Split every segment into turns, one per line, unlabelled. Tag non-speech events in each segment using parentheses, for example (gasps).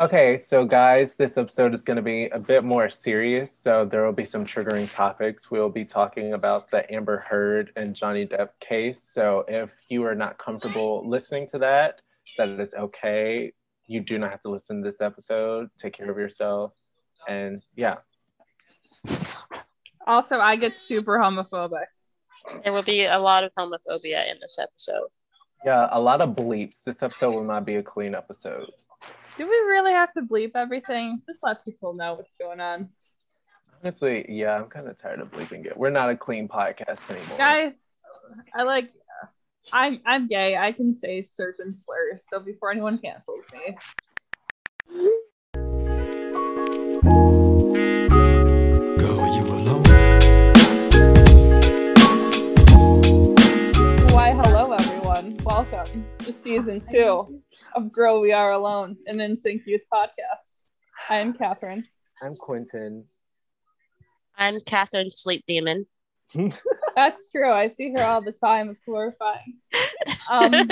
Okay, so guys, this episode is going to be a bit more serious. So there will be some triggering topics. We'll be talking about the Amber Heard and Johnny Depp case. So if you are not comfortable listening to that, that is okay. You do not have to listen to this episode. Take care of yourself. And yeah,
Also, I get super homophobic.
There will be a lot of homophobia in this episode.
yeah, a lot of bleeps. This episode will not be a clean episode.
Do we really have to bleep everything? Just let people know what's going on.
Honestly, yeah, I'm kind of tired of bleeping it. We're not a clean podcast anymore.
Guy, I like. I'm I'm gay. I can say certain slurs. So before anyone cancels me,
Girl, are you alone?
why hello everyone, welcome to season two of Girl We Are Alone, an NSYNC youth podcast. I am Catherine.
I'm Quentin.
I'm Catherine Sleep Demon.
That's true. I see her all the time. It's horrifying. Um,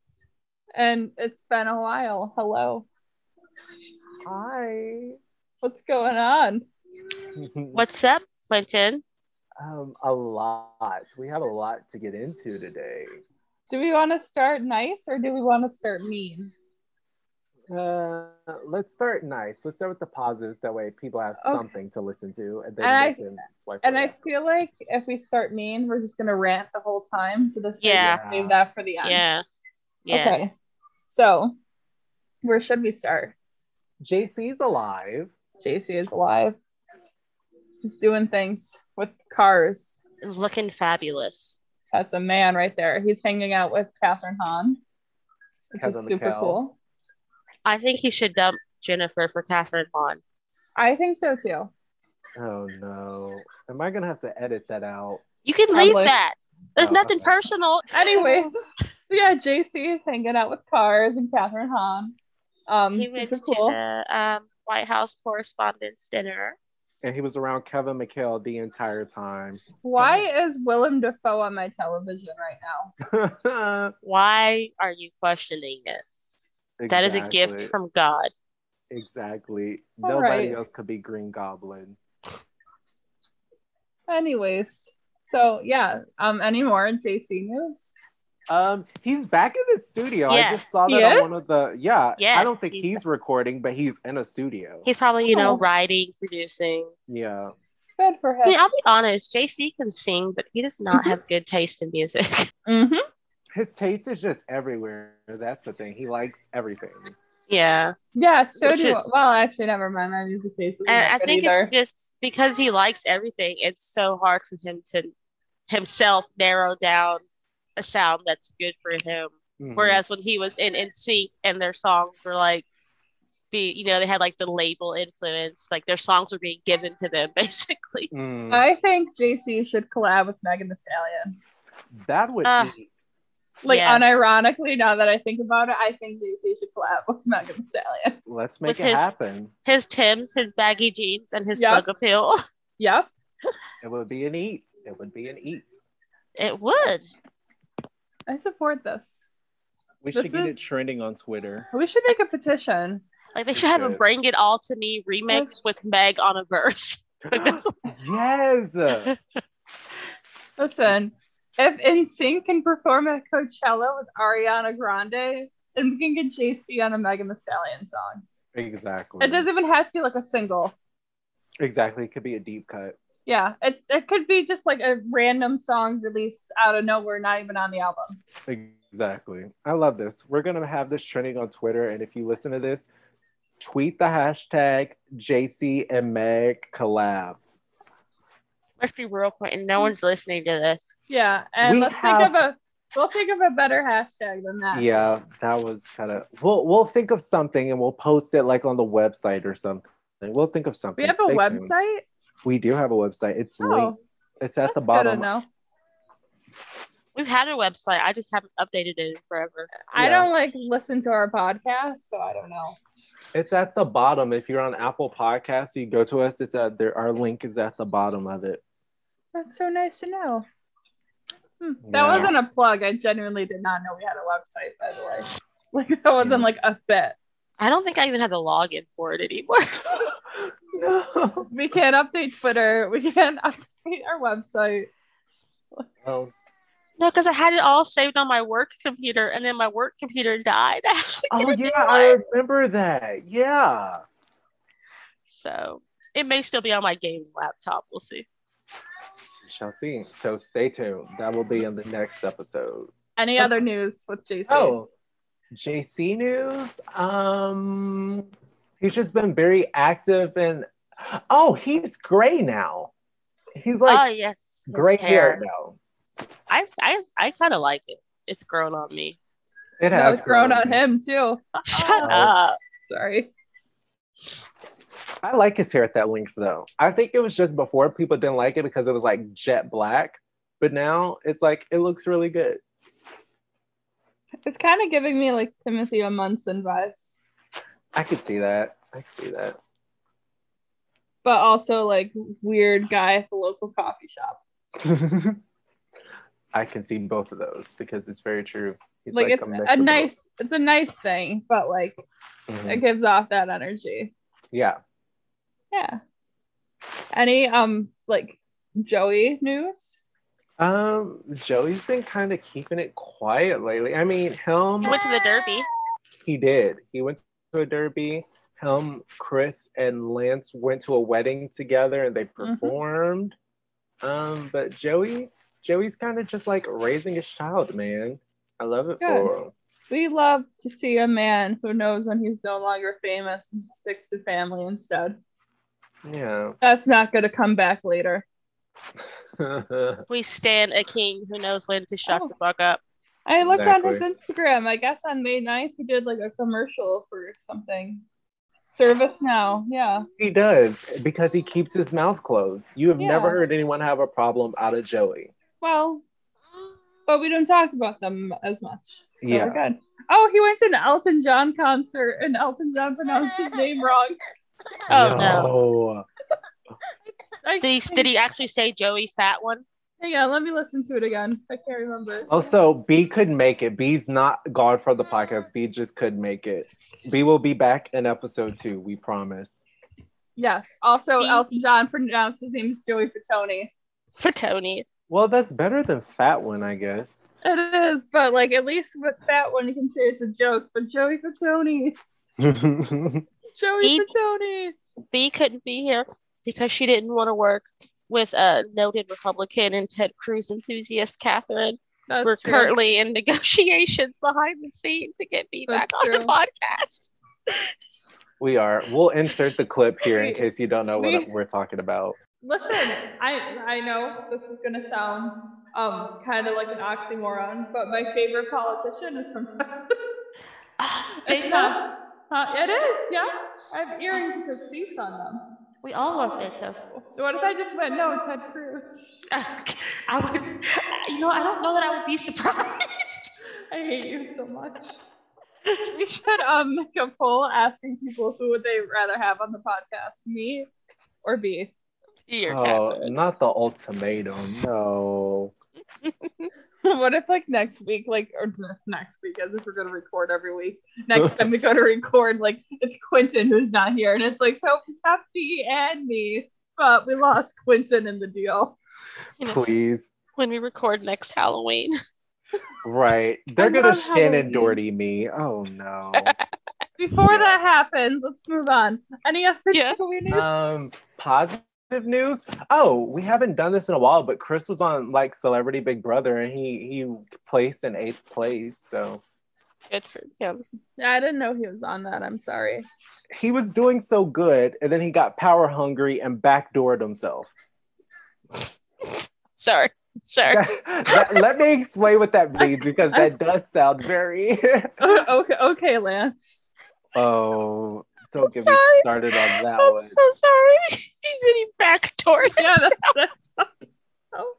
(laughs) and it's been a while. Hello,
Hi. (laughs)
what's going on?
What's up, Quentin?
Um, a lot. We have a lot to get into today.
Do we want to start nice or do we want to start mean?
Uh, let's start nice. Let's start with the positives. That way, people have
Okay.
something to listen to, and then
And
they can swipe.
And I
away.
feel like if we start mean, we're just gonna rant the whole time. So this
Yeah.
way we save that for the end.
Yeah. Yeah.
Okay. So where should we start?
JC's alive.
JC is alive. He's doing things with cars.
Looking fabulous.
That's a man right there. He's hanging out with Catherine Hahn, which
Catherine
is super
McCall.
cool.
I think he should dump Jennifer for Catherine Hahn.
I think so too.
Oh no! Am I gonna have to edit that out?
You can leave
Probably.
that. There's
Oh,
nothing
okay.
personal. (laughs)
Anyways, yeah, JC is hanging out with cars and Catherine Hahn. Um,
He went
super
to
cool.
the um, White House Correspondents' Dinner.
And he was around Kevin McHale the entire time. (laughs)
Why is Willem Dafoe on my television right now?
Why are you questioning it? That is a gift
Exactly.
from God.
Exactly.
All
Nobody
right.
else could be Green Goblin.
Anyways, so yeah, um, any more JC news?
Um, he's back in the studio. I
Yes.
just saw that
He
on one
is?
of the yeah. I
Yes,
don't think
he's
he's, recording, but he's in a studio.
He's probably, you know,
Oh.
writing, producing.
yeah.
Good for him.
I mean, I'll be honest, JC can sing, but he does not have good taste in music. (laughs)
Mm-hmm.
His taste is just everywhere. That's the thing. He likes everything.
yeah.
Yeah, so
Which
do
is-
well. Actually, never mind. My music taste. isn't
And
that
I
good
think
either.
it's just because he likes everything, it's so hard for him to himself narrow down a sound that's good for him.
Mhm.
Whereas when he was in NSYNC and their songs were like be you know, they had like the label influence, like their songs were being given to them (laughs) basically.
Mm,
I think JC should collab with Megan Thee Stallion.
that would
Ah.
eat.
Like,
Yes.
unironically, now that I think about it, I think JC should collab with Megan Thee Stallion. (laughs)
Let's make
With
it
his-
happen.
His Tim's, his baggy jeans, and his
Yep.
drug appeal.
Yep.
It would be an eat. It would be an eat.
(laughs) It would.
I support this.
We
This
should get
is-
it trending on Twitter.
(laughs)
We should make a petition.
Like they
It
should have a
should.
Bring It All to Me remix with Meg on a verse.
yes.
Listen, if NSYNC can perform at Coachella with Ariana Grande, then we can get JC on a Megan Thee Stallion song.
Exactly.
It doesn't even have to be like a single.
exactly. It could be a deep cut.
Yeah, it, it could be just like a random song released out of nowhere, not even on the album.
Exactly. I love this. We're gonna have this trending on Twitter, and if you listen to this, tweet the hashtag JC and Meg collab.
Let's be real, Quentin. No one's listening to this.
Yeah, and
We
let's
have-
think of a we'll think of a better hashtag than that.
Yeah, that was kind of. We'll we'll think of something and we'll post it like on the website or something. We'll think of something.
we have a
Stay tuned.
website.
We do have a website. It's
Oh,
linked. It's at the
that's good to
bottom.
know.
We've had a website. I just haven't updated it in forever.
I
Yeah.
don't like listen to our podcast, so I don't know.
It's at the bottom. If you're on Apple Podcasts, you go to us. It's at there. Our link is at the bottom of it. (laughs)
That's so nice to know. Hmm, That
Yeah.
wasn't a plug. I genuinely did not know we had a website, by the way. (laughs) Like that wasn't
Yeah.
like a bit.
I don't think I even have the login for it anymore. (laughs)
no.
We can't update Twitter. We can't (laughs) update our website.
Oh,
No, because I had it all saved on my work computer, and then my work computer died. (laughs)
oh yeah, I remember that. Yeah.
so it may still be on my game laptop. We'll see.
We shall see. So stay tuned. That will be in the next episode.
Any other news with JC?
Oh, JC news. Um, he's just been very active and oh, he's gray now. He's like
oh yes, his
gray hair. now.
I I, I kind of like it. It's grown on me.
It
that was
has
grown on him too.
Shut
Oh.
up.
Sorry.
I like his hair at that length though. I think it was just before people didn't like it because it was like jet black, but now it's like it looks really good.
It's kind of giving me like Timothy O. Munson vibes,
I could see that. I could see that.
but also like weird guy at the local coffee shop.
(laughs) I can see both of those because it's very true. He's
like, it's
a mix
a,
of both.
nice, it's a nice thing, but like
Mhm.
it gives off that energy.
Yeah.
Yeah. Any um like Joey news?
Um, Joey's been kind of keeping it quiet lately. I mean, Helm,
You went to the derby.
he did. He went to a derby. Helm, Chris, and Lance went to a wedding together and they
Mm-hmm.
performed. Um, but Joey, Joey's kind of just like raising his child, man. I love it
Good.
for him.
We love to see a man who knows when he's no longer famous and sticks to family instead.
Yeah.
That's not going to come back later.
(laughs)
We stand a king who knows when to shut
Oh.
the fuck up.
I looked on his Instagram. I guess on May 9th, he did like a commercial for something. Service now. Yeah.
he does because he keeps his mouth closed. You have never
Yeah.
heard anyone have a problem out of Joey.
Well, but we don't talk about them as much. So
Yeah.
we're good. Oh, he went to an Elton John concert and Elton John pronounced his name wrong.
Oh, no.
no.
I,
Did he, did he actually say Joey fat one? (laughs)
Hang on, let me listen to it again. I can't remember.
Also, B could make it. B's not God for the podcast. B just could make it. B will be back in episode two, we promise.
Yes. Also,
He-
Elton John pronounced his name as Joey Fatone.
For Tony.
Well, that's better than fat one, I guess.
It is, but like at least with that one, you can say it's a joke. But Joey Fatone,
yeah.
Joey
He-
Fatone.
B couldn't be here because she didn't want to work with a noted Republican and Ted Cruz enthusiast, Catherine.
That's
We're
true.
currently in negotiations behind the scene to get me
That's
back on
true.
the podcast.
We are. We'll insert the clip here in
Wait.
case you don't know what
Wait.
we're talking about.
Listen, I I know this is gonna sound um kind of like an oxymoron, but my favorite politician is from (laughs) Texas.
Big
It's not. Huh? It is, yeah. I have earrings with his face on them.
We all love Beto.
So what if I just went no, Ted Cruz?
(laughs) I would, you know, I don't know that I would be (laughs) surprised.
I hate you so much. (laughs) We should um make a poll asking people who would they rather have on the podcast, me or B. (laughs)
Dear
oh, not the ultimatum. No.
what if like next week, like or n- next week, as if we're gonna record every week. Next time we go to record, like it's Quentin who's not here, and it's like so we have C and me, but we lost Quentin in the deal.
You know.
Please.
When we record next Halloween. (laughs)
Right. They're
I
going to
love
Shannon
Halloween.
Doherty me. Oh, no.
Before
Yeah.
that happens, let's move on. Any other
Yeah.
show we need?
um positive news oh we haven't done this in a while but chris was on like celebrity big brother and he he placed in eighth place so
Good for him.
I didn't know he was on that. I'm sorry.
he was doing so good and then he got power hungry and backdoored himself
Sorry. Sorry.
(laughs) That- let me explain what that means because that does sound very
Oh, (laughs) okay, okay, Lance.
(laughs) oh don't get me
Sorry.
started on that
I'm
one
so sorry. (laughs) He's in back toward
Yeah, that's, that's oh.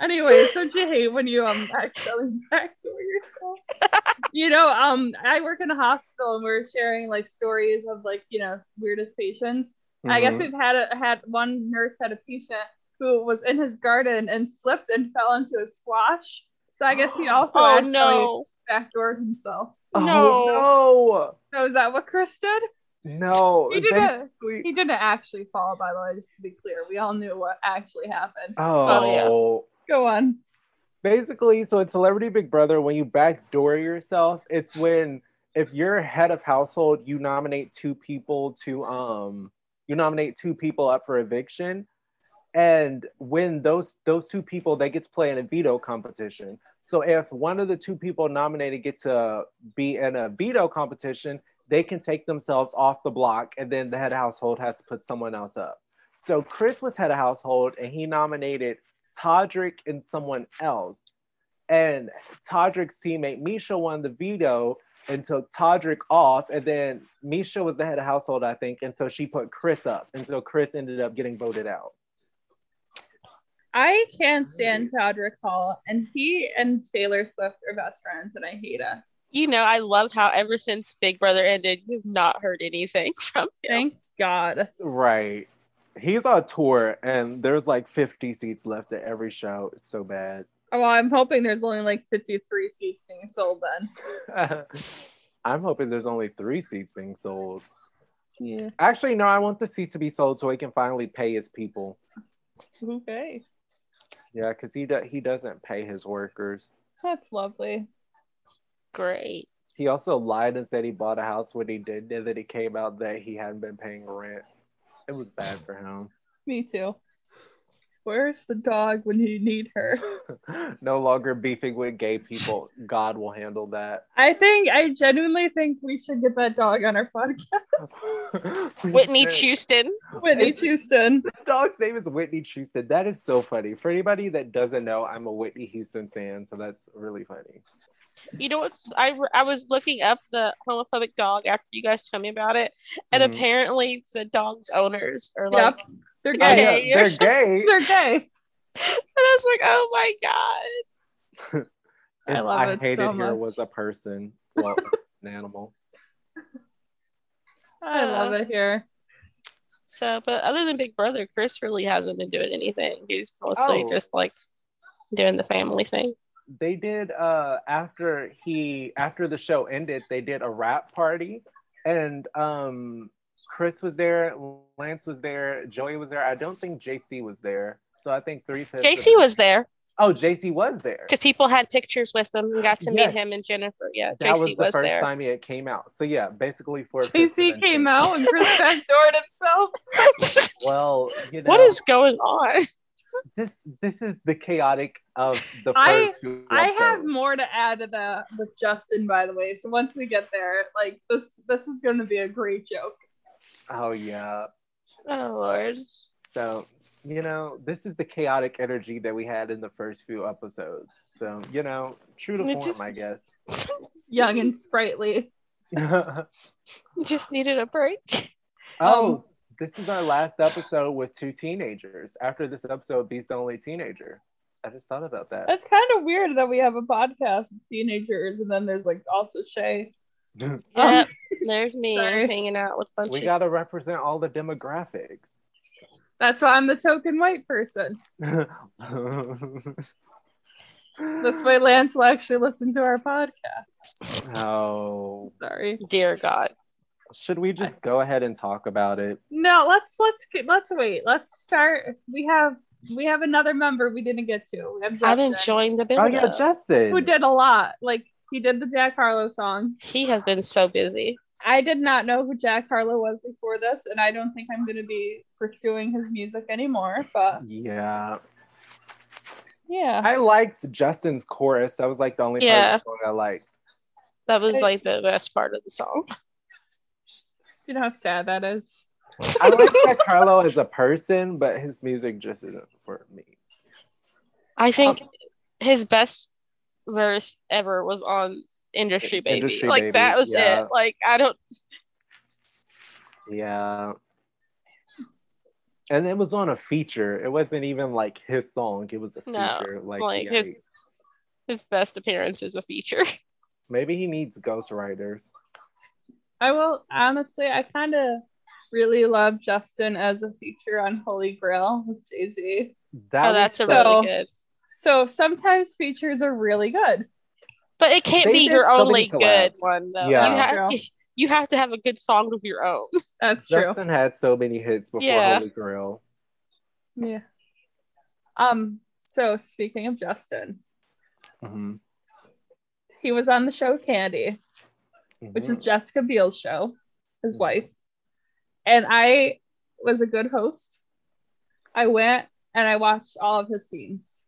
Anyway, so you hate when you um accidentally (laughs) backdoor yourself? you know, um, I work in a hospital and we're sharing like stories of like you know weirdest patients. I guess
Mhm.
Mm-hmm.
we've had a, had one nurse had a patient who was in his garden and slipped and fell into a squash So I guess
(gasps)
he also
oh
actually
no.
backdoored himself.
Mm-hmm. Oh,
So is that what Chris did?
no. No.
He did it.
basically-
He didn't actually fall, by the way, just to be clear. We all knew what actually happened.
Oh.
Go on.
Basically, so in Celebrity Big Brother, when you backdoor yourself, it's when if you're head of household, you nominate two people to um you nominate two people up for eviction. And when those those two people they get to play in a veto competition. So if one of the two people nominated get to be in a veto competition, they can take themselves off the block and then the head of household has to put someone else up. So Chris was head of household and he nominated Todrick and someone else. And Todrick's teammate Misha won the veto and took Todrick off. And then Misha was the head of household, I think. And so she put Chris up. And so Chris ended up getting voted out.
I can't stand Todrick Hall, and he and Taylor Swift are best friends, and I hate it.
You know, I love how ever since Big Brother ended, you've not heard anything (laughs) from him.
Thank God.
Right. He's on tour and there's like 50 seats left at every show. It's so (laughs) bad.
Oh, Well, I'm hoping there's only like 53 seats being sold then.
I'm hoping there's only three seats being sold.
Yeah.
Actually, no, I want the seat to be sold so he can finally pay his people.
Okay.
Yeah, because he do- he doesn't pay his workers.
That's lovely.
Great.
He also lied and said he bought a house when he did, and then it came out that he hadn't been paying rent. It was bad for him. (laughs)
Me too. Where's the dog when you need her?
no longer beefing with gay people. God will handle that. (laughs)
I think, I genuinely think we should get that dog on our podcast.
We
Whitney
should.
Houston.
Whitney Houston.
The dog's name is Whitney Houston. That is so funny. For anybody that doesn't know, I'm a Whitney Houston fan, so that's really funny.
You know what's I I was looking up the homophobic dog after you guys told me about it, and
Mhm.
apparently the dog's owners are like, (laughs)
Yep. They're
Oh,
gay.
yeah,
Gay or
they're gay.
They're gay.
and I was like, oh my god.
If
(laughs) I love
I
it
hated
so
here
much.
was a person, well, an animal.
I love it here.
So, but other than Big Brother, Chris really hasn't been doing anything. He's mostly
Oh.
just like doing the family thing.
they did uh after he after the show ended they did a rap party and um chris was there lance was there joey was there i don't think jc was there so i think three fifths
JC was there
oh jc was there
because people had pictures with him and got to
Yes.
meet him and Jennifer. Yeah,
that
JC
was the
was
first
there.
time it came out so yeah basically for
JC came out and Chris backdoored himself.
well you know
(laughs) What is going on?
this this is the chaotic of the
I-
first few
I have
episodes.
more to add to that with Justin, by the way. So once we get there, like this, this is going to be a great joke.
oh yeah
Oh Lord.
So, you know, this is the chaotic energy that we had in the first few episodes. So, you know, true to
It
form,
just-
I guess.
Young and sprightly.
You just needed a break.
oh,
Um,
this is our last episode with two teenagers. After this episode, Beast the only teenager. I just thought about that.
That's kind of weird that we have a podcast with teenagers, and then there's like also Shay. Um,
Yep, there's me
sorry.
hanging out with a bunch
(laughs) we
of
got to represent all the demographics. (laughs)
That's why I'm the token white person. This way, Lance will actually listen to our podcast.
Oh,
Sorry.
dear God.
should we just go ahead and talk about it?
No, let's let's get- let's wait. Let's start. We have we have another member we didn't get to. We have
I'm
Justin,
enjoying the bingo.
Oh, yeah, Justin.
who did a lot. Like he did the Jack Harlow song.
he has been so busy.
I did not know who Jack Harlow was before this, and I don't think I'm going to be pursuing his music anymore. But
Yeah.
yeah,
I liked Justin's chorus. That was like the only part
Yeah.
of the song I liked.
That was
Hey.
like the best part of the song.
you know how sad that is.
I like that Carlo as a person, but his music just isn't for me.
I think Um, his best verse ever was on Industry Baby.
Industry
like
Baby,
that was
yeah.
it. Like I don't
Yeah. And it was on a feature. It wasn't even like his song. It was a
No,
feature. like
like,
yeah,
his his best appearance is a feature.
maybe he needs ghostwriters.
I will honestly, I kind of really love Justin as a feature on Holy Grail with Jay Z.
That
oh, that's a
was so-
so-
really good.
So sometimes features are really good.
But it can't
They
be
did
your
so
only
many
good
collabs.
one though.
Yeah.
You, have,
True.
you have to have a good song of your own.
That's true.
Justin had so many hits before
Yeah.
Holy Grail.
Yeah. Um. So speaking of Justin,
Mhm.
he was on the show Candy, which is
Mhm.
Jessica Biel's show, his
Mhm.
wife. And I was a good host. I went and I watched all of his scenes.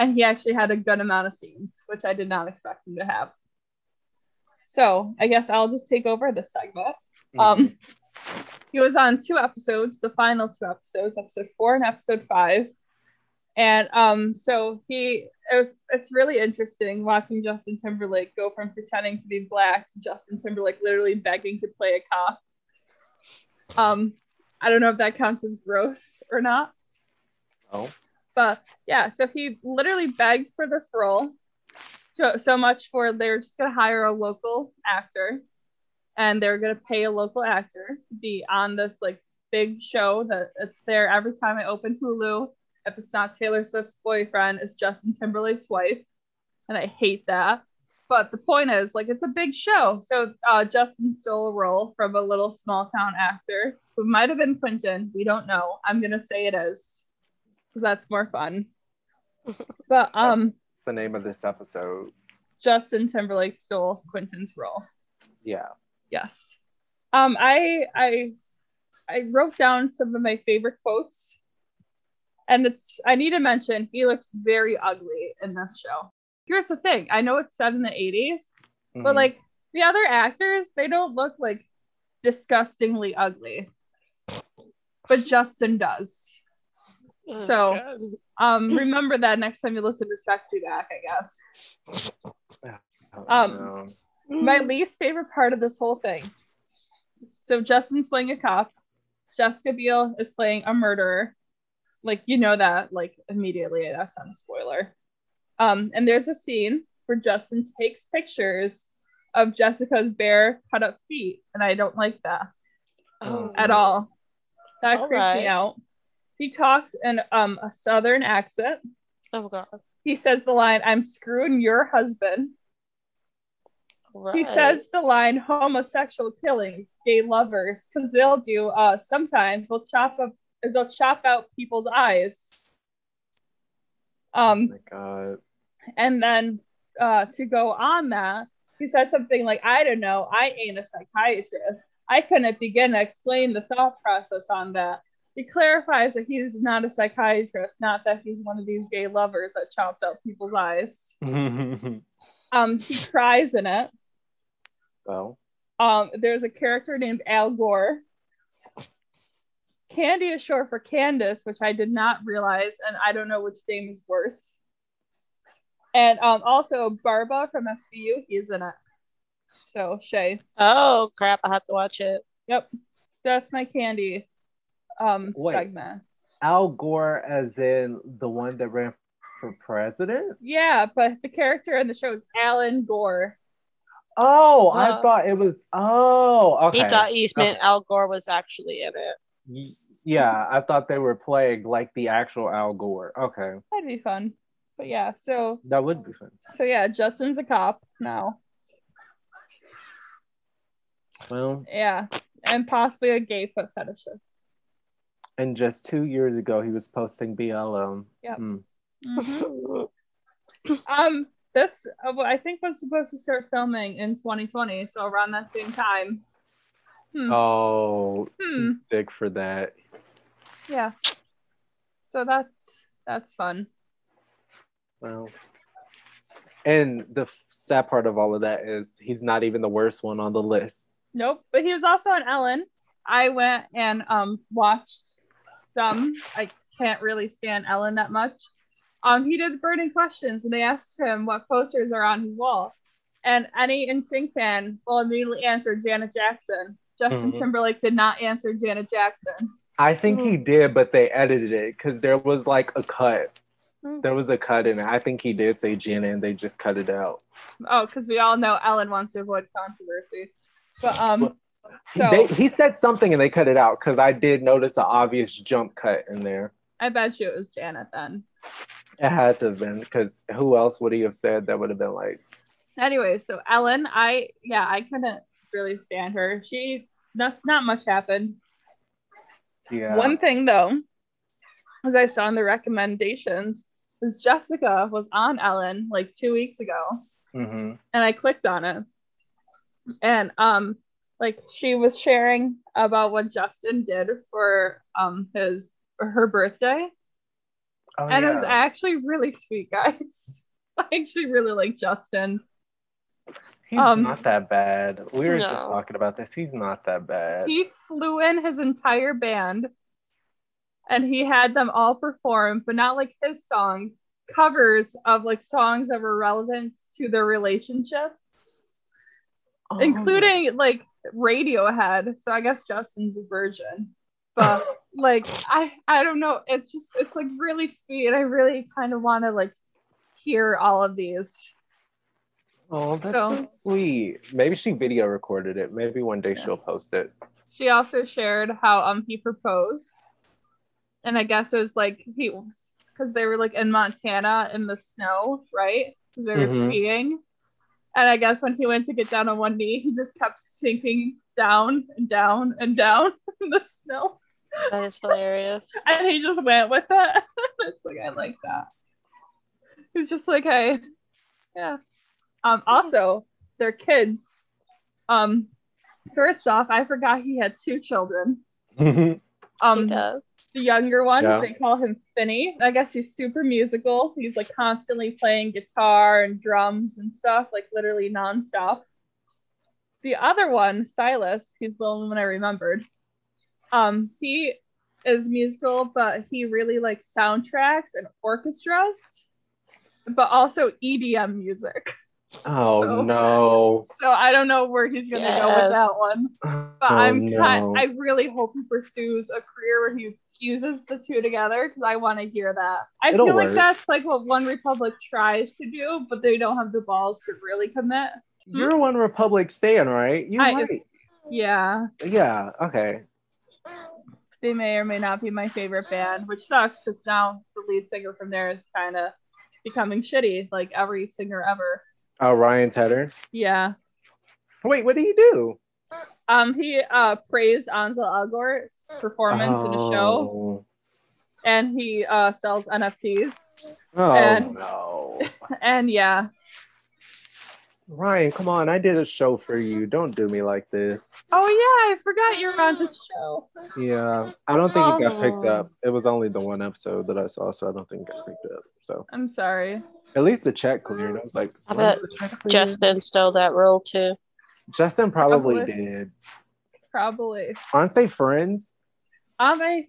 And he actually had a good amount of scenes, which I did not expect him to have. So I guess I'll just take over this segment.
Mm-hmm.
Um, he was on two episodes, the final two episodes, episode four and episode five. And um, so he it was it's really interesting watching Justin Timberlake go from pretending to be black to Justin Timberlake literally begging to play a cop. Um, I don't know if that counts as gross or not.
Oh.
But yeah, so he literally begged for this role. So so much for they were just gonna hire a local actor and they're gonna pay a local actor to be on this like big show that it's there every time I open Hulu. If it's not Taylor Swift's boyfriend, it's Justin Timberlake's wife, and I hate that. But the point is, like, it's a big show. So uh, Justin stole a role from a little small town actor who might have been Quentin. We don't know. I'm gonna say it is, because that's more fun. But um,
the name of this episode.
Justin Timberlake stole Quentin's role.
Yeah.
Yes. Um, I I I wrote down some of my favorite quotes. And it's I need to mention he looks very ugly in this show. Here's the thing. I know it's set in the 80s, but
Mhm.
like the other actors, they don't look like disgustingly ugly. But Justin does.
Oh,
So-
God.
Um, remember that next time you listen to Sexy Back, I guess.
Oh,
um,
no.
my
Hmm. Mm.
least favorite part of this whole thing. So Justin's playing a cop. Jessica Biel is playing a murderer. Like you know that like immediately. That's not a spoiler. Um, and there's a scene where Justin takes pictures of Jessica's bare cut up feet, and I don't like that
Oh,
at all. That
Hmm. All
creeps me
right.
out. He talks in um, a southern accent.
Oh god.
He says the line, "I'm screwing your husband."
Right.
He says the line homosexual killings, gay lovers, because they'll do uh sometimes they'll chop up they'll chop out people's eyes.
Oh
Um
my god.
and then uh to go on that, he said something like, I don't know, I ain't a psychiatrist. I couldn't begin to explain the thought process on that. He clarifies that he's not a psychiatrist, not that he's one of these gay lovers that chops out people's eyes. Um he cries in it.
(laughs) well,
Um, there's a character named Al Gore. Candy is short for Candace, which I did not realize, and I don't know which name is worse. And um, also Barba from SVU, he's in it. So Shay,
Oh crap! I have to watch it.
yep, that's my Candy um
Wait.
segment.
Al Gore, as in the one that ran for president.
Yeah, but the character in the show is Alan Gore.
Oh,
Uh,
I thought it was. Oh, okay.
He thought Eastman
Okay.
Al Gore was actually in (laughs) it.
Y- yeah, I thought they were playing like the actual Al Gore. Okay,
That'd be fun. But yeah, so
that would be fun.
so yeah, Justin's a cop now.
Well,
Yeah, and possibly a gay foot fetishist.
and just two years ago, he was posting BLM.
Yep.
Hmm.
Mm-hmm.
um this uh, well, i think was supposed to start filming in 2020 so around that same time Hmm.
Oh,
hmm
he's sick for that.
yeah so that's that's fun
Well, and the f- sad part of all of that is he's not even the worst one on the list.
nope but he was also on ellen i went and um watched some i can't really stand ellen that much um he did burning questions and they asked him what posters are on his wall and any NSYNC fan will immediately answer janet jackson justin
Mhm.
timberlake did not answer janet jackson
I think he
Mm.
did, but they edited it because there was like a cut.
Mm.
There was a cut in it. I think he did say Jenna and they just cut it out.
Oh, because we all know Ellen wants to avoid controversy. But um,
Well, He-
So-
they, he said something and they cut it out because I did notice an obvious jump cut in there.
I bet you it was Janet then.
It had to have been because who else would he have said that would have been like,
Anyway, so Ellen, I yeah, I couldn't really stand her. She not not much happened.
yeah,
One thing though, as I saw in the recommendations, is Jessica was on Ellen like two weeks ago,
mhm,
and I clicked on it, and um, like she was sharing about what Justin did for um his her birthday,
oh,
and it was
yeah.
actually really sweet, guys. (laughs) I actually really like Justin.
He's
Um,
not that bad. We were just
No.
talking about this. He's not that bad.
he flew in his entire band and he had them all perform but not like his songs covers of like songs that were relevant to their relationship
Oh,
including like radiohead so i guess justin's a virgin
(laughs)
but like i i don't know it's just it's like really sweet i really kind of want to like hear all of these
Oh, that's so.
So-
sweet. Maybe she video recorded it. Maybe one day she'll post it. (laughs)
she also shared how um he proposed and i guess it was like he because they were like in montana in the snow right because they were
Mhm.
skiing and i guess when he went to get down on one knee he just kept sinking down and down and down (laughs) in the snow
That is hilarious.
and he just went with it (laughs) it's like i like that he's just like hey yeah um also their kids um first off i forgot he had two children
he
Oh,
um the
does.
younger one
Yeah.
they call him finny i guess he's super musical he's like constantly playing guitar and drums and stuff like literally nonstop the other one silas he's the only one i remembered um he is musical but he really likes soundtracks and orchestras but also edm music (laughs)
oh
So-
no.
so i don't know where he's gonna go with
Yes.
that one but
Oh,
I'm
no.
kind, I really hope he pursues a career where he fuses the two together because I want to hear that. I
It'll
feel
work.
like that's like what One Republic tries to do, but they don't have the balls to really commit.
You're a One Republic stand, right? You
I-
right.
Yeah,
Yeah. Okay.
they may or may not be my favorite band, which sucks because now the lead singer from there is kind of becoming shitty, like every singer ever.
Oh, Ryan Tedder.
Yeah.
Wait, what do you do?
Um, he uh praised Ansel Elgort's performance in a
Oh.
show, and he uh sells NFTs.
Oh, Oh,
And-
no.
And yeah,
Ryan, come on. I did a show for you. Don't do me like this.
Oh yeah, I forgot you were on the show.
Yeah. I don't think it got picked up.
Oh.
It was only the one episode that I saw, so I don't think it got picked up. So
I'm sorry.
at least the check cleared. I was like,
I
"When
bet
did the check clear?"
Justin stole that role too.
Justin probably
Probably.
did.
Probably.
Aren't they friends?
Um, I,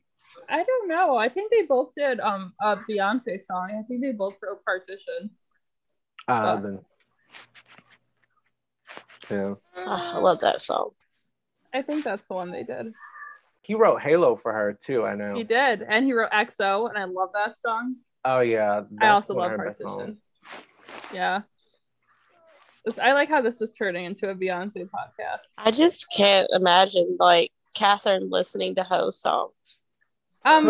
I don't know. I think they both did um a Beyonce song. I think they both wrote Partition.
Ah,
Fuck.
then. Yeah.
Ah, I love that song.
I think that's the one they did.
He wrote Halo for her too. I know.
He did, and he wrote EXO, and I love that song.
Oh yeah.
I
that's
also
one
love
of her best
Partition.
songs.
Yeah. This- I like how this is turning into a Beyonce podcast.
(laughs) I just can't imagine like Catherine listening to Ho songs.
Um,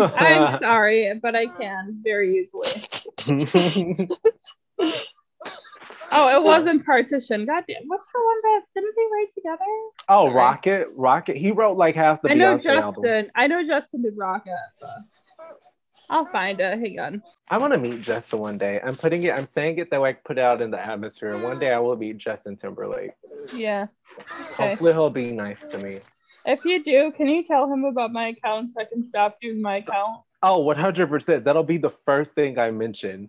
(laughs)
I'm sorry, but I can very easily. (laughs) Oh, it wasn't Partition. God damn, what's the one that didn't they write together?
(laughs) oh,
Sorry.
Rocket, Rocket. He wrote like half the
I know
Beyonce
Justin.
album.
I know Justin did Rocket. But I'll find it. Hang on.
I want to meet Justin one day. I'm putting it. I'm saying it that way. I can Put it out in the atmosphere. One day I will meet Justin Timberlake.
Yeah. Okay.
Hopefully he'll be nice to me.
If you do, can you tell him about my account so I can stop doing my account?
Oh, 100 percent. That'll be the first thing I
(laughs)
mention.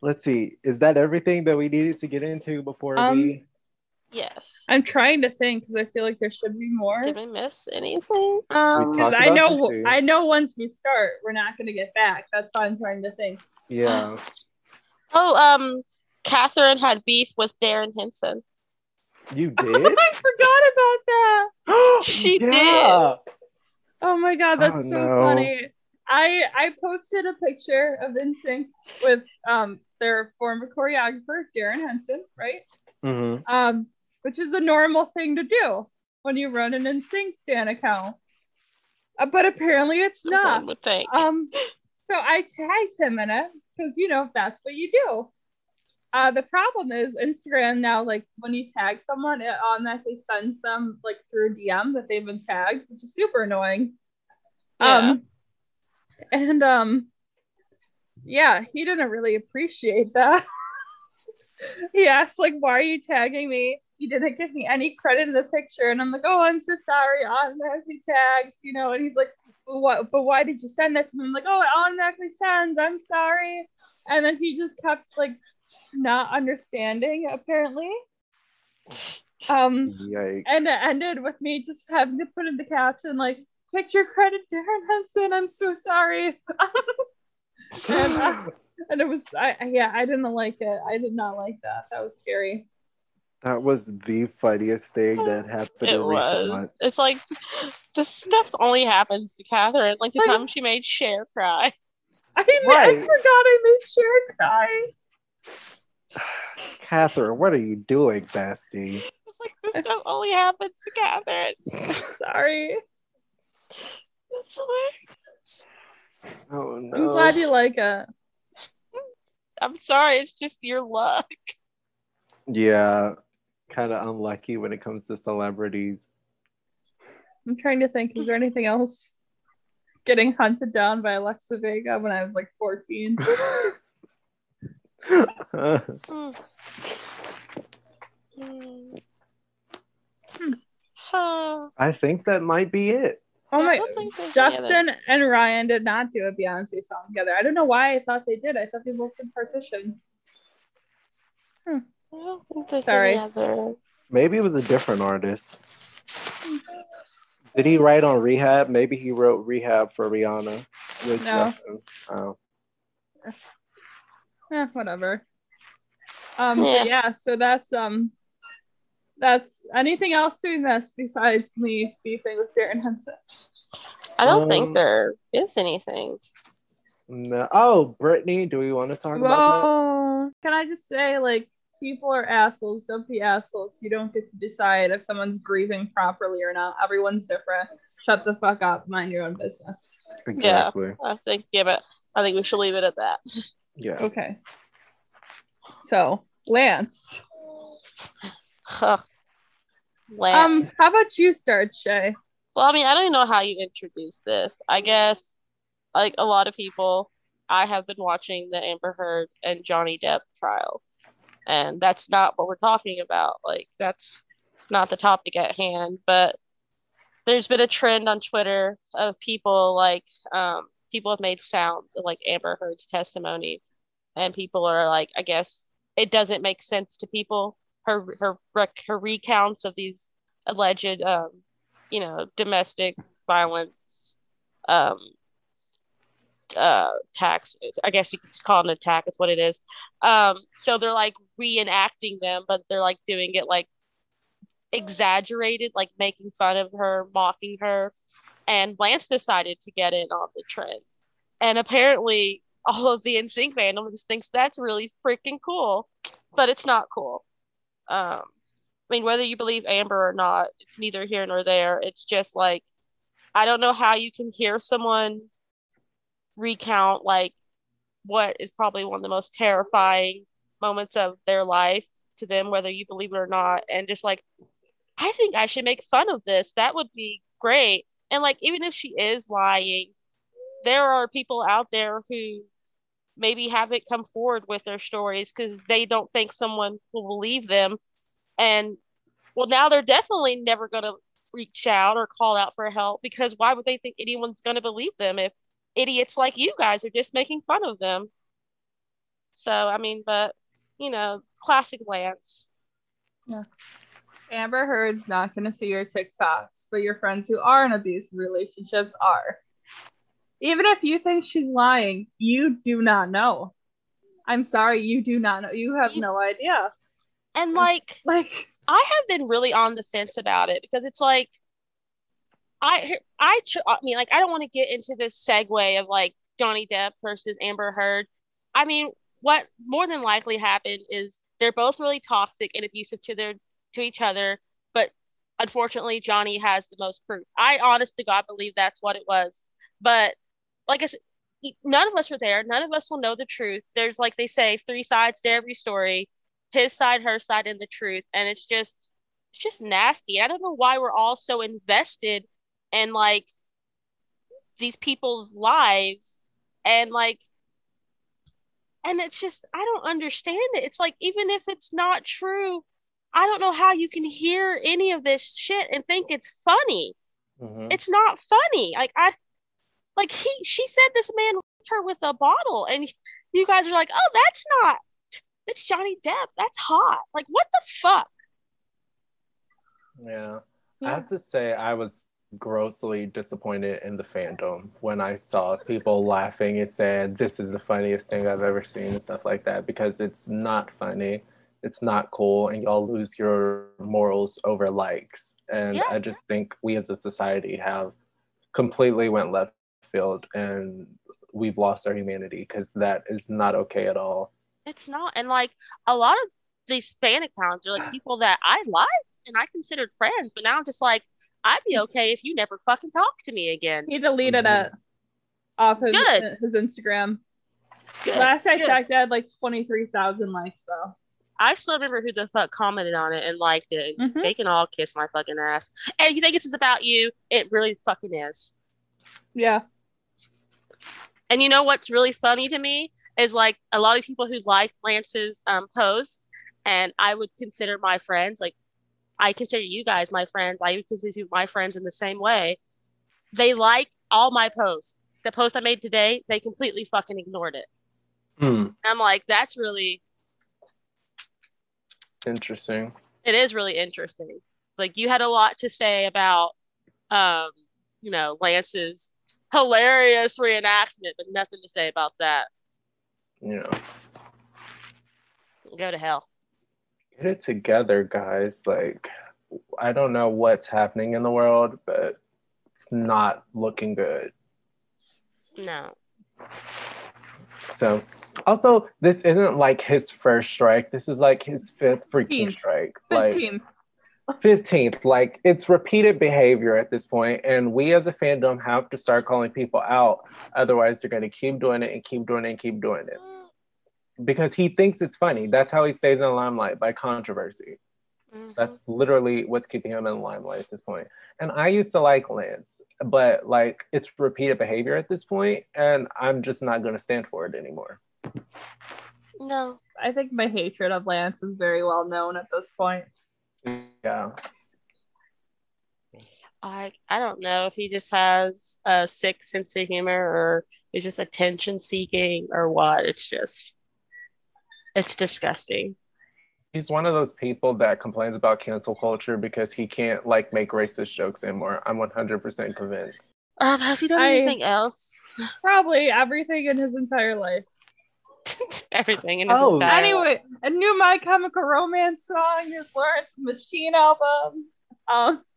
Let's see. Is that everything that we needed to get into before
Um,
we?
Yes.
I'm trying to think because I feel like there should be more.
Did we miss anything?
Um, 'cause
talked
I
about
know,
this, dude.
I know. Once we start, we're not going to get back. That's why I'm trying to think. (laughs)
Yeah.
Oh, um, Catherine had beef with Darren Henson.
You
(laughs)
did.
I forgot about
(gasps)
that.
She did.
Oh my god, that's
Oh,
so
no.
funny. I I posted a picture of NSYNC with um their former choreographer Darren Henson, right?
hmm
um, which is a normal thing to do when you run an NSYNC stan account. Uh, but apparently it's
No one
not.
would think.
Um, So I tagged him in it because you know that's what you do. Uh, the problem is Instagram now, like when you tag someone, it automatically sends them like through DM that they've been tagged, which is super annoying. Um, and um, yeah, he didn't really appreciate that. (laughs) he asked like, "Why are you tagging me?" He didn't give me any credit in the picture, and I'm like, "Oh, I'm so sorry." Automatically tags, you know. And he's like, "But what? But why did you send that to me?" I'm like, "Oh, it automatically sends. I'm sorry." And then he just kept like not understanding apparently. Um,
Yikes.
and it ended with me just having to put in the caption like picture credit Darren Henson. I'm so sorry. and, uh, and it was I I- yeah I didn't like it. I did not like that. That was scary.
(laughs) That was the funniest thing that happened in
it
recent
was.
months.
It's like this stuff only happens to Catherine. Like the
Like-
time she made Cher cry. (laughs)
I, I
Right.
forgot I made Cher cry.
Catherine, what are you doing, bestie?
It's like this stuff only happens to Catherine.
Sorry.
That's hilarious.
Oh no.
I'm glad you like it.
I'm sorry. It's just
(sighs)
your luck.
yeah, kind of unlucky when it comes to celebrities. (laughs)
I'm trying to think. Is there anything else? Getting hunted down by Alexa Vega when I was like 14.
Mm. (sighs)
Hmm.
Huh.
I think that might be it.
Oh
I
my.
don't think there's any other-
Justin and Ryan did not do a Beyonce song together. I don't know why I thought they did. I thought they worked in partition.
I don't think there's
Sorry.
any other-
Maybe it was a different artist. Did he write on Rehab? Maybe he wrote Rehab for Rihanna. With
No.
Justin. Oh.
Eh, whatever. Um but
Yeah.
yeah. so that's um that's anything else doing this besides me beefing with Darren Henson.
I don't
Um,
think there is anything.
No. Oh, Brittany, do we want to talk about
Whoa. Can I just say like people are assholes. Don't be assholes. You don't get to decide if someone's grieving properly or not. Everyone's different. Shut the fuck up. Mind your own business.
that?
Yeah. I think yeah, but I think we should leave it at that. (sighs)
Yeah.
Okay. So Lance.
Huh.
Um,
Lance.
how about you start, Shay?
Well, I mean, I don't even know how you introduce this. I guess, like a lot of people, I have been watching the Amber Heard and Johnny Depp trial, and that's not what we're talking about. Like, that's not the topic at hand. But there's been a trend on Twitter of people like um, people have made sounds of like Amber Heard's testimony, and people are like, I guess it doesn't make sense to people her her rec- her recounts of these alleged um, you know domestic violence um, uh, tax. I guess you could just call it an attack. It's what it is. Um, so they're like reenacting them, but they're like doing it like exaggerated, like making fun of her, mocking her. And Lance decided to get in on the trend. And apparently, all of the NSYNC fandom just thinks that's really freaking cool, but it's not cool. Um, I mean, whether you believe Amber or not, it's neither here nor there. It's just like, I don't know how you can hear someone recount like what is probably one of the most terrifying moments of their life to them, whether you believe it or not, and just like, I think I should make fun of this. That would be great. And like, even if she is lying, there are people out there who maybe haven't come forward with their stories because they don't think someone will believe them. And well, now they're definitely never going to reach out or call out for help because why would they think anyone's going to believe them if idiots like you guys are just making fun of them? So, I mean, but you know, classic Lance.
Amber Heard's not gonna see your TikToks, but your friends who are in abusive relationships are. Even if you think she's lying, you do not know. I'm sorry, you do not know. You have no idea.
And like,
Like, (laughs)
I have been really on the fence about it because it's like, I, I, ch- I mean, like, I don't want to get into this segue of like Johnny Depp versus Amber Heard. I mean, what more than likely happened is they're both really toxic and abusive to their to each other, but unfortunately, Johnny has the most proof. I honest to God believe that's what it was, but like I said, e, none of us were there. None of us will know the truth. There's like they say, three sides to every story: his side, her side, and the truth. And it's just, it's just nasty. I don't know why we're all so invested in like these people's lives, and like, and it's just I don't understand it. It's like even if it's not true, I don't know how you can hear any of this shit and think it's funny.
Mhm.
It's not funny. Like I like he she said this man raped her with a bottle and you guys are like, "Oh, that's not it's Johnny Depp. That's hot." Like what the fuck?
Yeah. I
Yeah.
have to say, I was grossly disappointed in the fandom when I saw people laughing and saying, This is the funniest thing I've ever seen, and stuff like that, because it's not funny. It's not cool, and y'all lose your morals over likes. And
Yeah.
I just think we as a society have completely went left field and we've lost our humanity because that is not okay at all.
It's not. And like a lot of these fan accounts are like people that I liked and I considered friends, but now I'm just like, I'd be okay if you never fucking talk to me again.
He deleted
Mhm.
it off his,
Good.
his Instagram.
Good.
Last I
good.
checked, I had like 23,000 likes though.
I still remember who the fuck commented on it and liked it.
Mhm.
They can all kiss my fucking ass. And you think it's just about you? It really fucking is.
Yeah.
And you know what's really funny to me is like a lot of people who liked Lance's um, post, and I would consider my friends like I consider you guys my friends. I would consider my friends in the same way. They like all my posts. The post I made today, they completely fucking ignored it. I'm like, that's really,
Interesting.
it is really interesting. Like you had a lot to say about, um, you know, Lance's hilarious reenactment, but nothing to say about that.
You know,
Go to hell.
get it together, guys. Like, I don't know what's happening in the world, but it's not looking good.
No.
So, also, this isn't like his first strike. This is like his fifth freaking
Fifteenth.
strike. Like,
15.
15th. Like, it's repeated behavior at this point, And we as a fandom have to start calling people out. Otherwise, they're going to keep doing it and keep doing it and keep doing it. Because he thinks it's funny. That's how he stays in the limelight by controversy. That's literally what's keeping him in the limelight at this point. And I used to like Lance, but like it's repeated behavior at this point, and I'm just not going to stand for it anymore.
no.
I think my hatred of Lance is very well known at this point.
Yeah,
I I don't know if he just has a sick sense of humor or is just attention seeking or what. It's just it's disgusting.
he's one of those people that complains about cancel culture because he can't like make racist jokes anymore. I'm 100% convinced.
Um, has he done
I-
anything else?
Probably everything in his entire life.
(laughs) Everything in his
Oh.
entire life.
Anyway, a new My Chemical Romance song, his Lawrence the Machine album. Um, (laughs)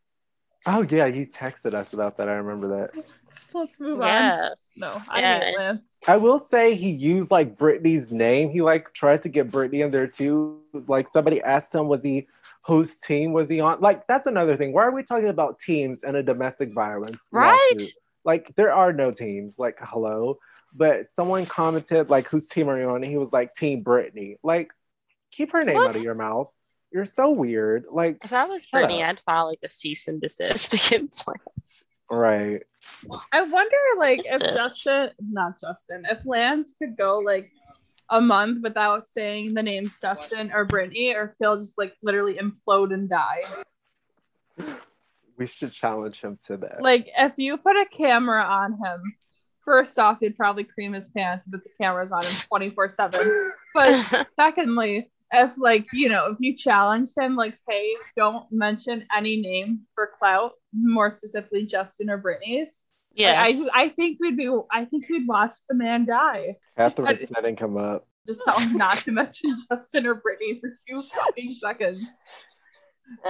Oh yeah, you texted us about that. I remember that.
let's move on.
Yes.
No, I
Yeah.
hate Lance.
I will say he used like Britney's name. He like tried to get Britney in there too. Like somebody asked him, was he whose team was he on? Like that's another thing. Why are we talking about teams and a domestic violence?
Right?
lawsuit? Like there are no teams. Like hello. But someone commented like whose team are you on? And he was like Team Britney. Like keep her name
What?
out of your mouth. You're so weird. Like
If I was
Shut
Brittany, I'd file like a cease and desist (laughs) against Lance.
right.
I wonder, like, if
What's this?
Justin, not Justin, if Lance could go like a month without saying the names Justin or Brittany, or if he'll just like literally implode and die.
We should challenge him to that.
Like, if you put a camera on him, first off, he'd probably cream his pants if it's a camera's on him 24 7.
(laughs)
But secondly, if like you know, if you challenge him, like, hey, don't mention any name for clout, more specifically Justin or Brittany's. like,
yeah.
I just I think we'd be I think we'd watch the man die.
Catherine's setting him up.
Just tell him not to (laughs) mention Justin or Brittany for two fucking seconds.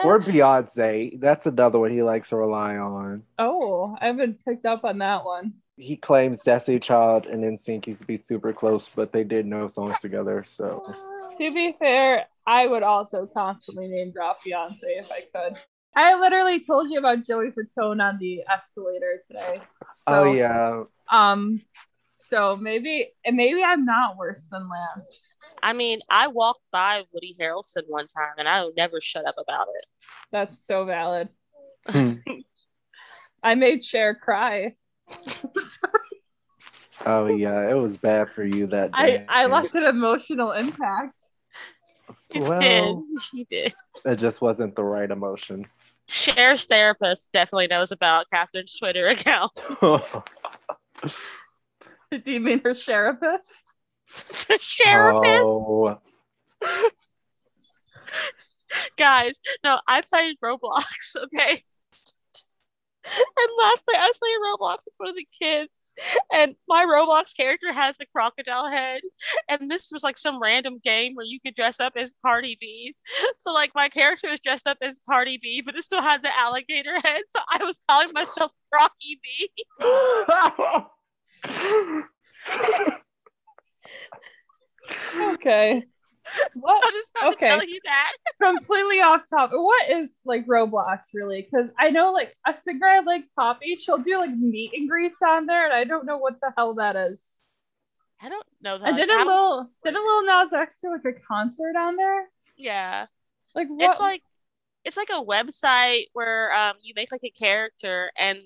Or Beyonce. That's another one he likes to rely on.
Oh, I haven't picked up on that one.
he claims Destiny Child and NSYNC used to be super close, but they did no songs together. So
Oh, To be fair, I would also constantly name drop Beyonce if I could. I literally told you about Joey Fatone on the escalator today. So,
oh yeah,
Um, so. Maybe and maybe I'm not worse than Lance.
I mean, I walked by Woody Harrelson one time and I would never shut up about it.
That's so valid.
Hmm.
I made Cher
(laughs)
cry.
Oh yeah, it was bad for you that
I
day.
I left an emotional impact.
She (laughs)
Well-
did. She did.
It just wasn't the right
(laughs)
emotion.
Cher's therapist definitely knows about Catherine's Twitter account.
Do you mean her therapist?
(laughs) Therapist,
Oh,
guys. No, I played Roblox. (laughs) Okay. And last night I was playing Roblox with one of the kids, and my Roblox character has a crocodile head. And this was like some random game where you could dress up as Cardi B. (laughs) So like my character was dressed up as Cardi B, but it still had the alligator (laughs) head. So I was calling myself Rocky B. (laughs)
Okay. What?
I'll just have
Okay.
to tell you that.
completely off topic. What is like Roblox really? Because I know like a cigarette like Poppy, she'll do like meet and greets on there, and I don't know what the hell that is.
I don't know that.
And did a
How-
little did a little Nas X do like a concert on there?
Yeah.
Like what?
It's like it's like a website where um you make like a character and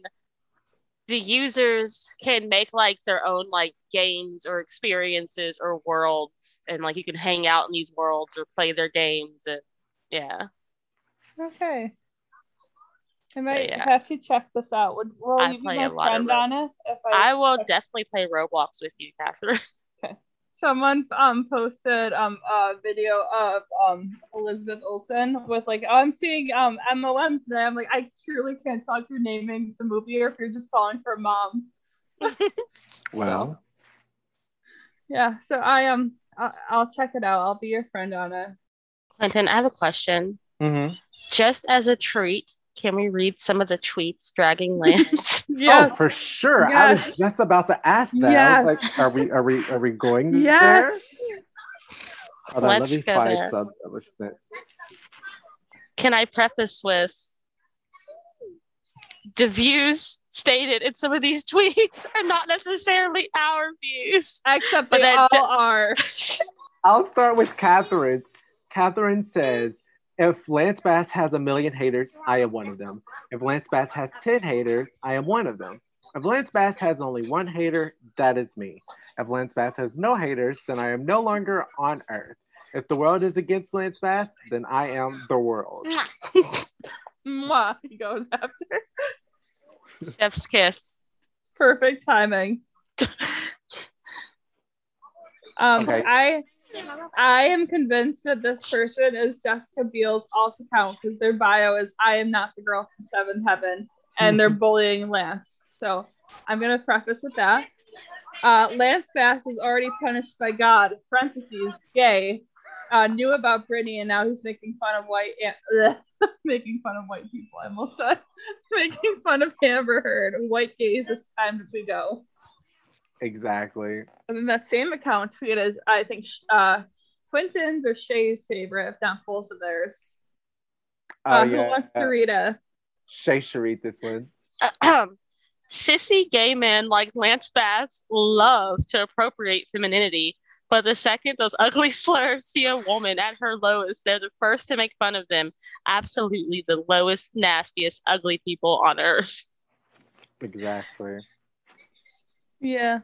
the users can make like their own like games or experiences or worlds and like you can hang out in these worlds or play their games and yeah.
okay. I might
yeah.
have to check this out. Would will
I
you be
play
my
a lot of
friend on it? If I,
I will definitely play Roblox with you, Catherine. (laughs)
someone um posted um a video of um Elizabeth Olsen with like oh, I'm seeing um MLM today. I'm like I truly can't tell if you're naming the movie or if you're just calling her mom.
(laughs) well,
Yeah, so I um I'll, I'll check it out. I'll be your friend on it.
Clinton, I have a question.
mhm.
Just as a treat, can we read some of the tweets dragging Lance?
Yes.
oh, for sure. I
Yes.
was just about to ask that. I was
Yes.
like, are we are we are we going
yes.
there? Hold on, let
Let's
me
go
find
there.
some. that looks nice.
can I preface with the views stated in some of these (laughs) tweets are not necessarily our views.
Except
But
they
that-
all are. (laughs)
I'll start with Catherine. Catherine says, if Lance Bass has a million haters, I am one of them. If Lance Bass has 10 haters, I am one of them. If Lance Bass has only one hater, that is me. If Lance Bass has no haters, then I am no longer on earth. If the world is against Lance Bass, then I am the world.
Mwah, he goes after.
Chef's kiss. (clears throat)
Perfect timing. um,
Okay.
I I am convinced that this person is Jessica Biel's all to count because their bio is "I am not the girl from Seventh Heaven," and they're bullying Lance. So I'm gonna preface with that. Uh, Lance Bass is already punished by God (parentheses gay). Uh, knew about Britney and now he's making fun of white bleh, (laughs) making fun of white people. I almost said (laughs) making fun of Amber Heard. White gays, it's time to we go.
Exactly.
And then that same account tweeted, I think uh, Quentin's or Shay's favorite, if not both of theirs.
Oh,
Uh,
yeah.
Who wants to read it?
Shay should read this one.
Ahem. Sissy gay men like Lance Bass love to appropriate femininity, but the second those ugly (laughs) slurs see a woman at her lowest, they're the first to make fun of them. Absolutely the lowest, nastiest, ugly people on earth.
Exactly.
Yeah.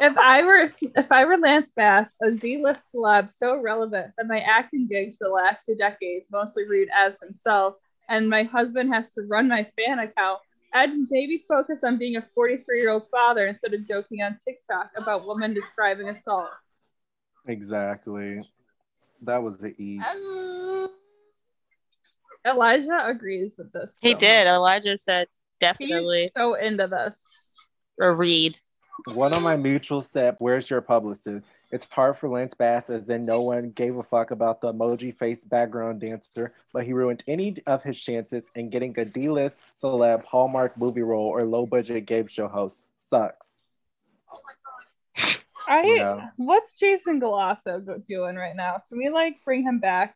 If I were if I were Lance Bass, a Z-list celeb so relevant that my acting gigs for the last two decades mostly read as himself, and my husband has to run my fan account, I'd maybe focus on being a 43-year-old father instead of joking on TikTok about women describing assault.
Exactly. That was the E.
Elijah agrees with this.
He
so
did. Elijah said
He's
definitely
so into this.
a read.
One of my mutuals said, Where's your publicist? It's hard for Lance Bass, as in no one gave a fuck about the emoji face background dancer, but he ruined any of his chances in getting a D list celeb Hallmark movie role or low budget game show host. Sucks.
I
Yeah.
what's Jason Galasso go- doing right now? Can we like bring him back?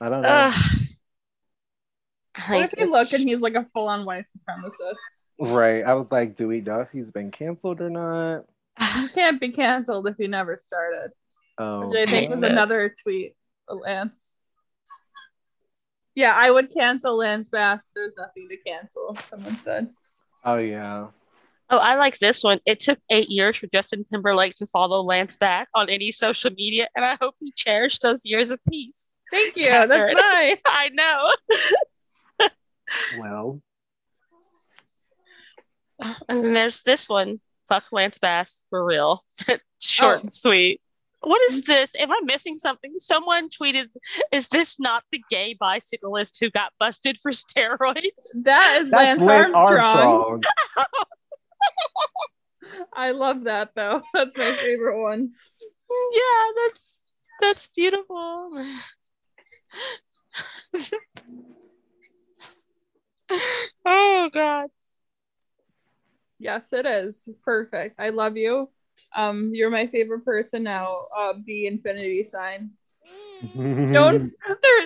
I don't know.
Ugh.
What if he looked and he's like a full on white supremacist?
Right. I was like, do we know if he's been canceled or not?
You can't be canceled if you never started.
Oh,
Which I think was
Okay.
another tweet of Lance. Yeah, I would cancel Lance Bass, but there's nothing to cancel, someone said.
oh yeah.
(sighs) Oh, I like this one. It took eight years for Justin Timberlake to follow Lance back on any social media, and I hope he cherished those years of peace. (laughs)
Thank you. That's
Catherine.
mine.
I know.
Well,
And then there's this one. Fuck Lance Bass for real. (laughs) Short
Oh.
and sweet. What is this? Am I missing something? Someone tweeted, "Is this not the gay bicyclist who got busted for steroids?"
That
that's
is Lance,
Lance
Armstrong.
Armstrong.
I love that though. (laughs) That's my favorite one.
Yeah, that's that's beautiful. oh God.
Yes, it is. Perfect. I love you. Um, you're my favorite person now. Uh the infinity sign.
(laughs)
Known (laughs) their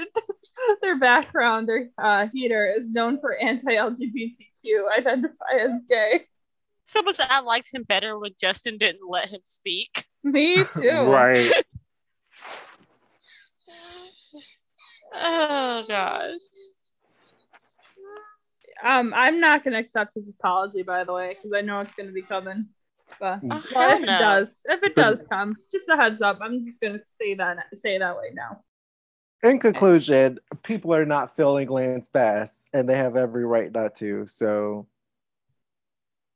their background, their uh, heater is known for anti-LGBTQ, identify as gay. (laughs)
Someone said I liked him better when Justin didn't let him speak.
Me too.
right.
Oh God.
Um, I'm not gonna accept his apology by the way, because I know it's gonna be coming. But
Oh,
well,
hell
if it
no.
does, if it does come, just a heads up. I'm just gonna say that say it that way now.
In conclusion, people are not feeling Lance Bass, and they have every right not to. So,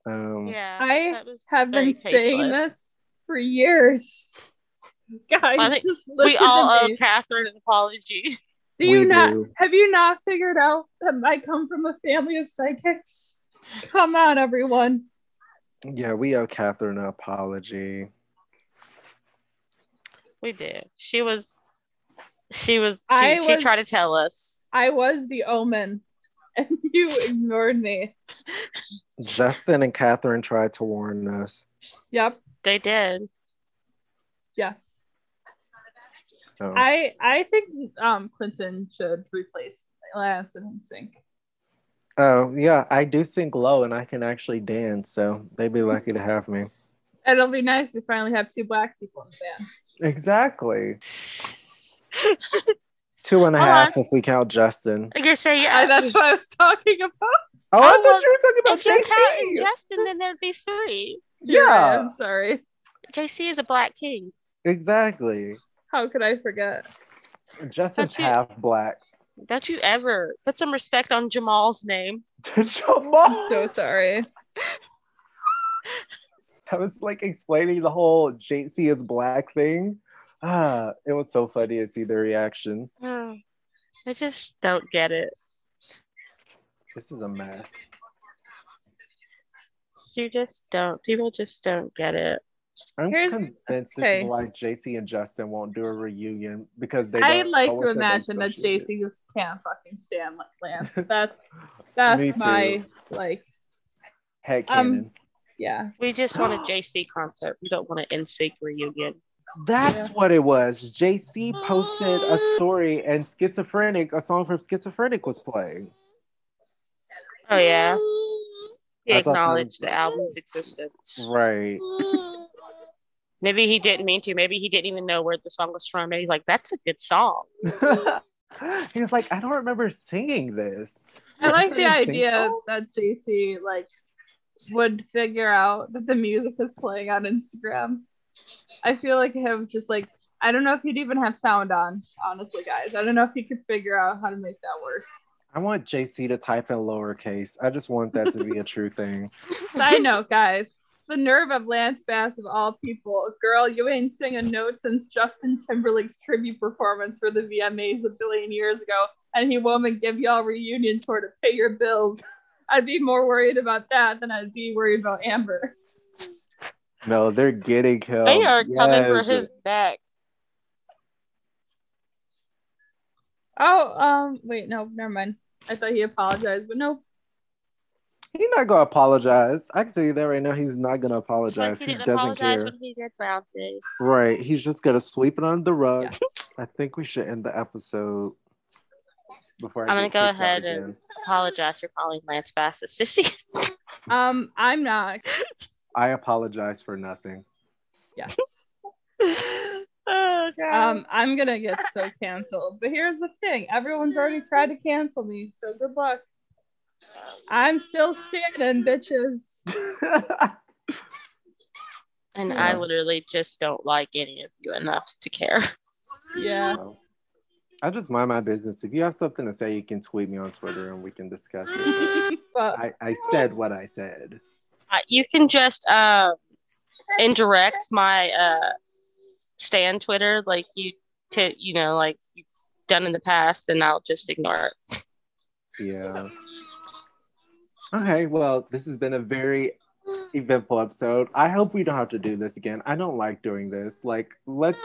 um,
Yeah.
I
that was
have
very
been saying
tasteless.
this for years. Guys,
I think
just listen
We all
to
owe
me.
Catherine an apology.
Do you
We
not
do.
have you not figured out that I come from a family of psychics? Come on, everyone.
yeah, we owe Catherine an apology.
We did. She was. She was. She,
I
she
was-
tried to tell us.
I was the omen (laughs) and you ignored me.
Justin and Catherine tried to warn us.
Yep.
They did.
Yes.
So,
I I think um Clinton should replace Lance and Sync.
oh yeah, I do sing low, and I can actually dance. So they'd be lucky to have me.
It'll be nice to finally have two black people in the band.
Exactly. Two and a half if we count Justin.
Like I say, yeah.
I, that's what I was talking about.
Oh, I
Oh,
thought
well,
you were
if
talking
you
about
count
JC.
Justin, then there'd be three.
You're right,
Yeah.
I'm sorry.
JC is a black king.
Exactly.
How could I forget?
Justin's
That's it.
half black. (laughs)
Don't you ever put some respect on Jamal's name?
Jamal.
So sorry.
I was like explaining the whole JC is black thing. Ah, it was so funny to see their reaction.
Oh, I just don't get it.
This is a mess.
You just don't. People just don't get it.
I'm
Here's-
convinced this
okay.
is why JC and Justin won't do a reunion because they.
I
don't know
like
what
to
they're gonna
imagine that
associate
JC just can't fucking stand like
(laughs)
Lance. That's that's
Me too.
my like
Heck,
um,
Cannon.
yeah.
We just want (gasps) a JC concert. We don't want an NSYNC reunion.
That's what it was. JC posted a story, and Schizophrenic, a song from Schizophrenic, was playing.
Oh yeah. He
I thought that was-
acknowledged the album's existence.
Right. (laughs)
Maybe he didn't mean to. Maybe he didn't even know where the song was from. Maybe he's like, that's a good song.
he was like, I don't remember singing this.
I
Is
like
this
the
a
idea
single?
that JC like would figure out that the music is playing on Instagram. I feel like him just like I don't know if he'd even have sound on, honestly, guys. I don't know if he could figure out how to make that work.
I want JC to type in lowercase. I just want that to be a true thing.
Side note, guys. The nerve of Lance Bass of all people. Girl, you ain't sing a note since Justin Timberlake's tribute performance for the VMAs a billion years ago, and he won't even give y'all reunion tour to pay your bills. I'd be more worried about that than I'd be worried about Amber.
No, they're getting him.
they are coming for
Yes.
his neck.
Oh, um, wait, no, never mind. I thought he apologized, but no.
He's not gonna apologize. I can tell you that right now. He's not gonna
It's like
apologize.
he
he
didn't
doesn't
apologize
care.
when he did brown face.
Right. Uh, He's just gonna sweep it under the rug.
Yes.
I think we should end the episode. before I
I'm gonna
get
go
kicked out
ahead
again.
and apologize for calling Lance Bass a sissy.
Um, I'm not.
I apologize for nothing. (laughs)
Yes.
oh god.
Um, I'm gonna get so canceled. But here's the thing: everyone's already tried to cancel me, so good luck. I'm still standing, bitches.
and
yeah.
I literally just don't like any of you enough to care. (laughs)
(laughs)
Yeah.
So, I just mind my business. If you have something to say, you can tweet me on Twitter and we can discuss it.
But
I, I said what I said.
Uh, you can just um, indirect my uh, stand Twitter like you to you know like you've done in the past, and I'll just ignore it.
Yeah. Okay, well, this has been a very eventful episode. I hope we don't have to do this again. I don't like doing this. Like,
(laughs)
let's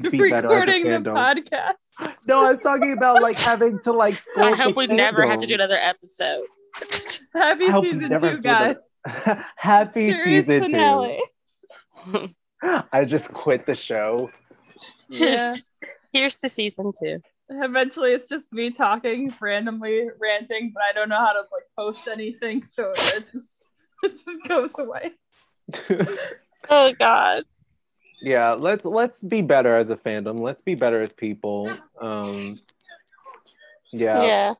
be better as a
recording the
fandom.
podcast.
no, I'm talking about like having to like.
(laughs) I
scope
hope
the
we never have to
fandom.
do another episode. (laughs)
Happy
I hope we
season
never
two,
do that.
guys.
(laughs) Happy
Series
season
finale.
two. I just quit the show. (laughs)
Yeah.
here's, here's to season two.
Eventually, it's just me talking randomly, ranting, but I don't know how to like post anything, so it just (laughs) it just goes away.
Oh God.
yeah, let's let's be better as a fandom. Let's be better as people. Um, yeah.
yeah.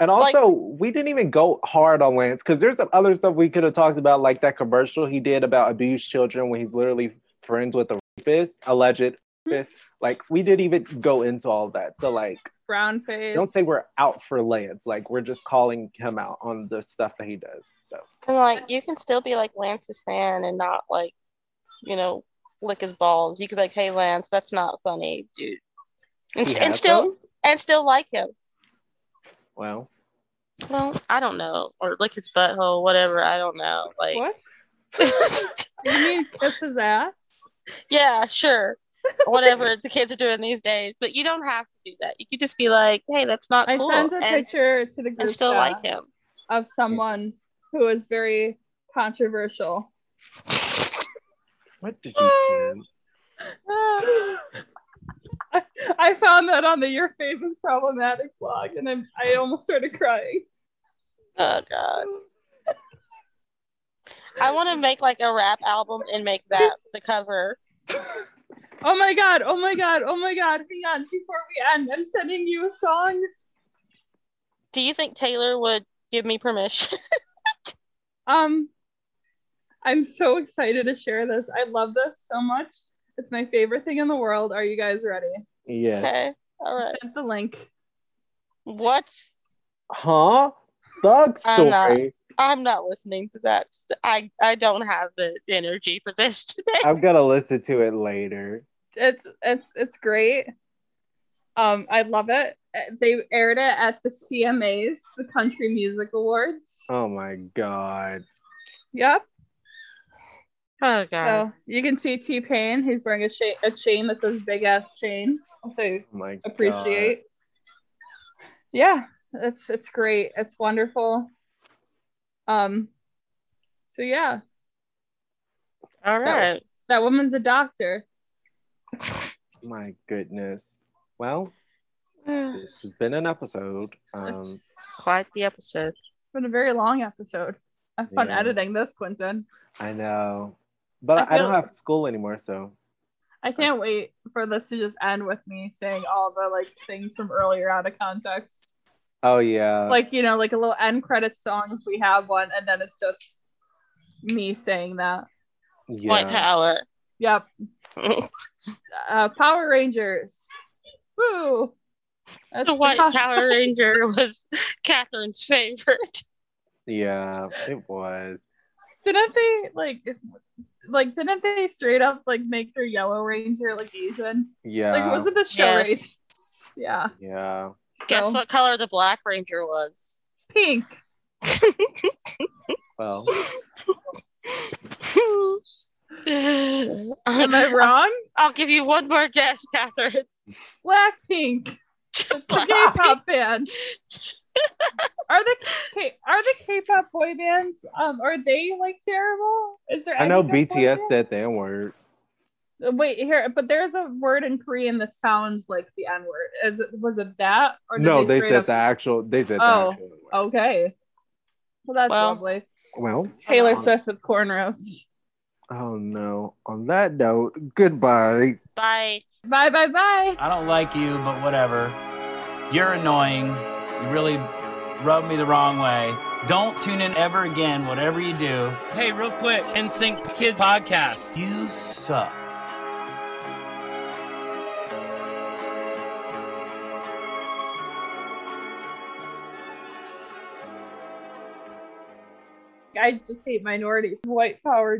and
like-
also we didn't even go hard on Lance because there's some other stuff we could have talked about, like that commercial he did about abused children when he's literally friends with a rapist, alleged
Hmm.
rapist. Like we didn't even go into all that. So like,
Brown face.
don't say we're out for Lance. Like we're just calling him out on the stuff that he does. So.
And like you can still be like Lance's fan and not like, you know, lick his balls. You could be like, hey Lance, that's not funny, dude. And,
he
s- and
has
still
those?
and still like him.
Well,
Well, I don't know. Or lick his butthole, whatever. I don't know. Like
What? You mean kiss his ass?
(laughs) Yeah, sure. (laughs) Whatever the kids are doing these days. But you don't have to do that. You could just be like, hey, that's not
I
cool.
sent a
and,
picture to the group
and still
chat
like him.
of someone who is very controversial.
what did you say?
I I found that on the Your Fave is Problematic blog, and I, I almost started crying.
Oh god. I want to make like a rap album and make that the cover.
Oh my god! Oh my god! Oh my god! Hang on, before we end, I'm sending you a song.
Do you think Taylor would give me permission?
Um, I'm so excited to share this. I love this so much. It's my favorite thing in the world. Are you guys ready?
Yes.
(laughs) okay. All
I
right.
sent the link.
What?
Huh? Thug
I'm not.
story.
I'm not listening to that. I I don't have the energy for this (laughs) today.
I'm gonna listen to it later.
it's it's it's great. Um, I love it. Uh, They aired it at the CMAs, the Country Music Awards.
Oh my god.
Yep.
Oh god.
So you can see T Pain. He's wearing a, cha- a chain that says "Big Ass Chain," which I
Oh my God.
appreciate. Yeah, it's it's great. It's wonderful. Um, so yeah,
All (sighs) right.
that woman's a doctor.
My goodness. Well, this has been an episode. Um,
Quite the episode.
It's been a very long episode. I have fun
Yeah.
editing this, Quinton.
I know, but I,
I
don't
feel-
have school anymore, so
I can't wait for this to just end with me saying all the like things from earlier out of context.
oh yeah,
Like, you know, like a little end credit song if we have one, and then it's just me saying that.
Point
yeah.
(laughs) power.
Yep.
the
Uh, Power Rangers. Woo. That's
White
Power-
Power Ranger was (laughs) Catherine's favorite.
yeah, it was.
(laughs) Didn't they like like didn't they straight up like make their Yellow Ranger like Asian?
Yeah,
Like wasn't the show
Yes.
race? Yeah.
yeah.
Guess
So,
what color the Black Ranger (laughs) was? (sighs)
Pink.
Well,
Am
(laughs)
I wrong?
I'll give you one more guess, Catherine.
Blackpink. It's the K-pop band. Are the K- are the K-pop boy bands um are they like terrible? Is there
I know
any good boy
BTS
band?
said the N word.
Wait here, but there's a word in Korean that sounds like the N word. Is it was it that or did
no, they,
straight
said
up-
the actual. They said
Oh,
the actual. word.
Okay, well that's
Well-
lovely.
Well,
Taylor
Wow.
Swift with cornrows.
oh no. On that note, goodbye.
Bye.
Bye bye (laughs) bye.
I don't like you, but whatever. You're annoying. You really rub me the wrong way. Don't tune in ever again, whatever you do. Hey, real quick, NSYNC Kids Podcast. You suck.
I just hate minorities. White power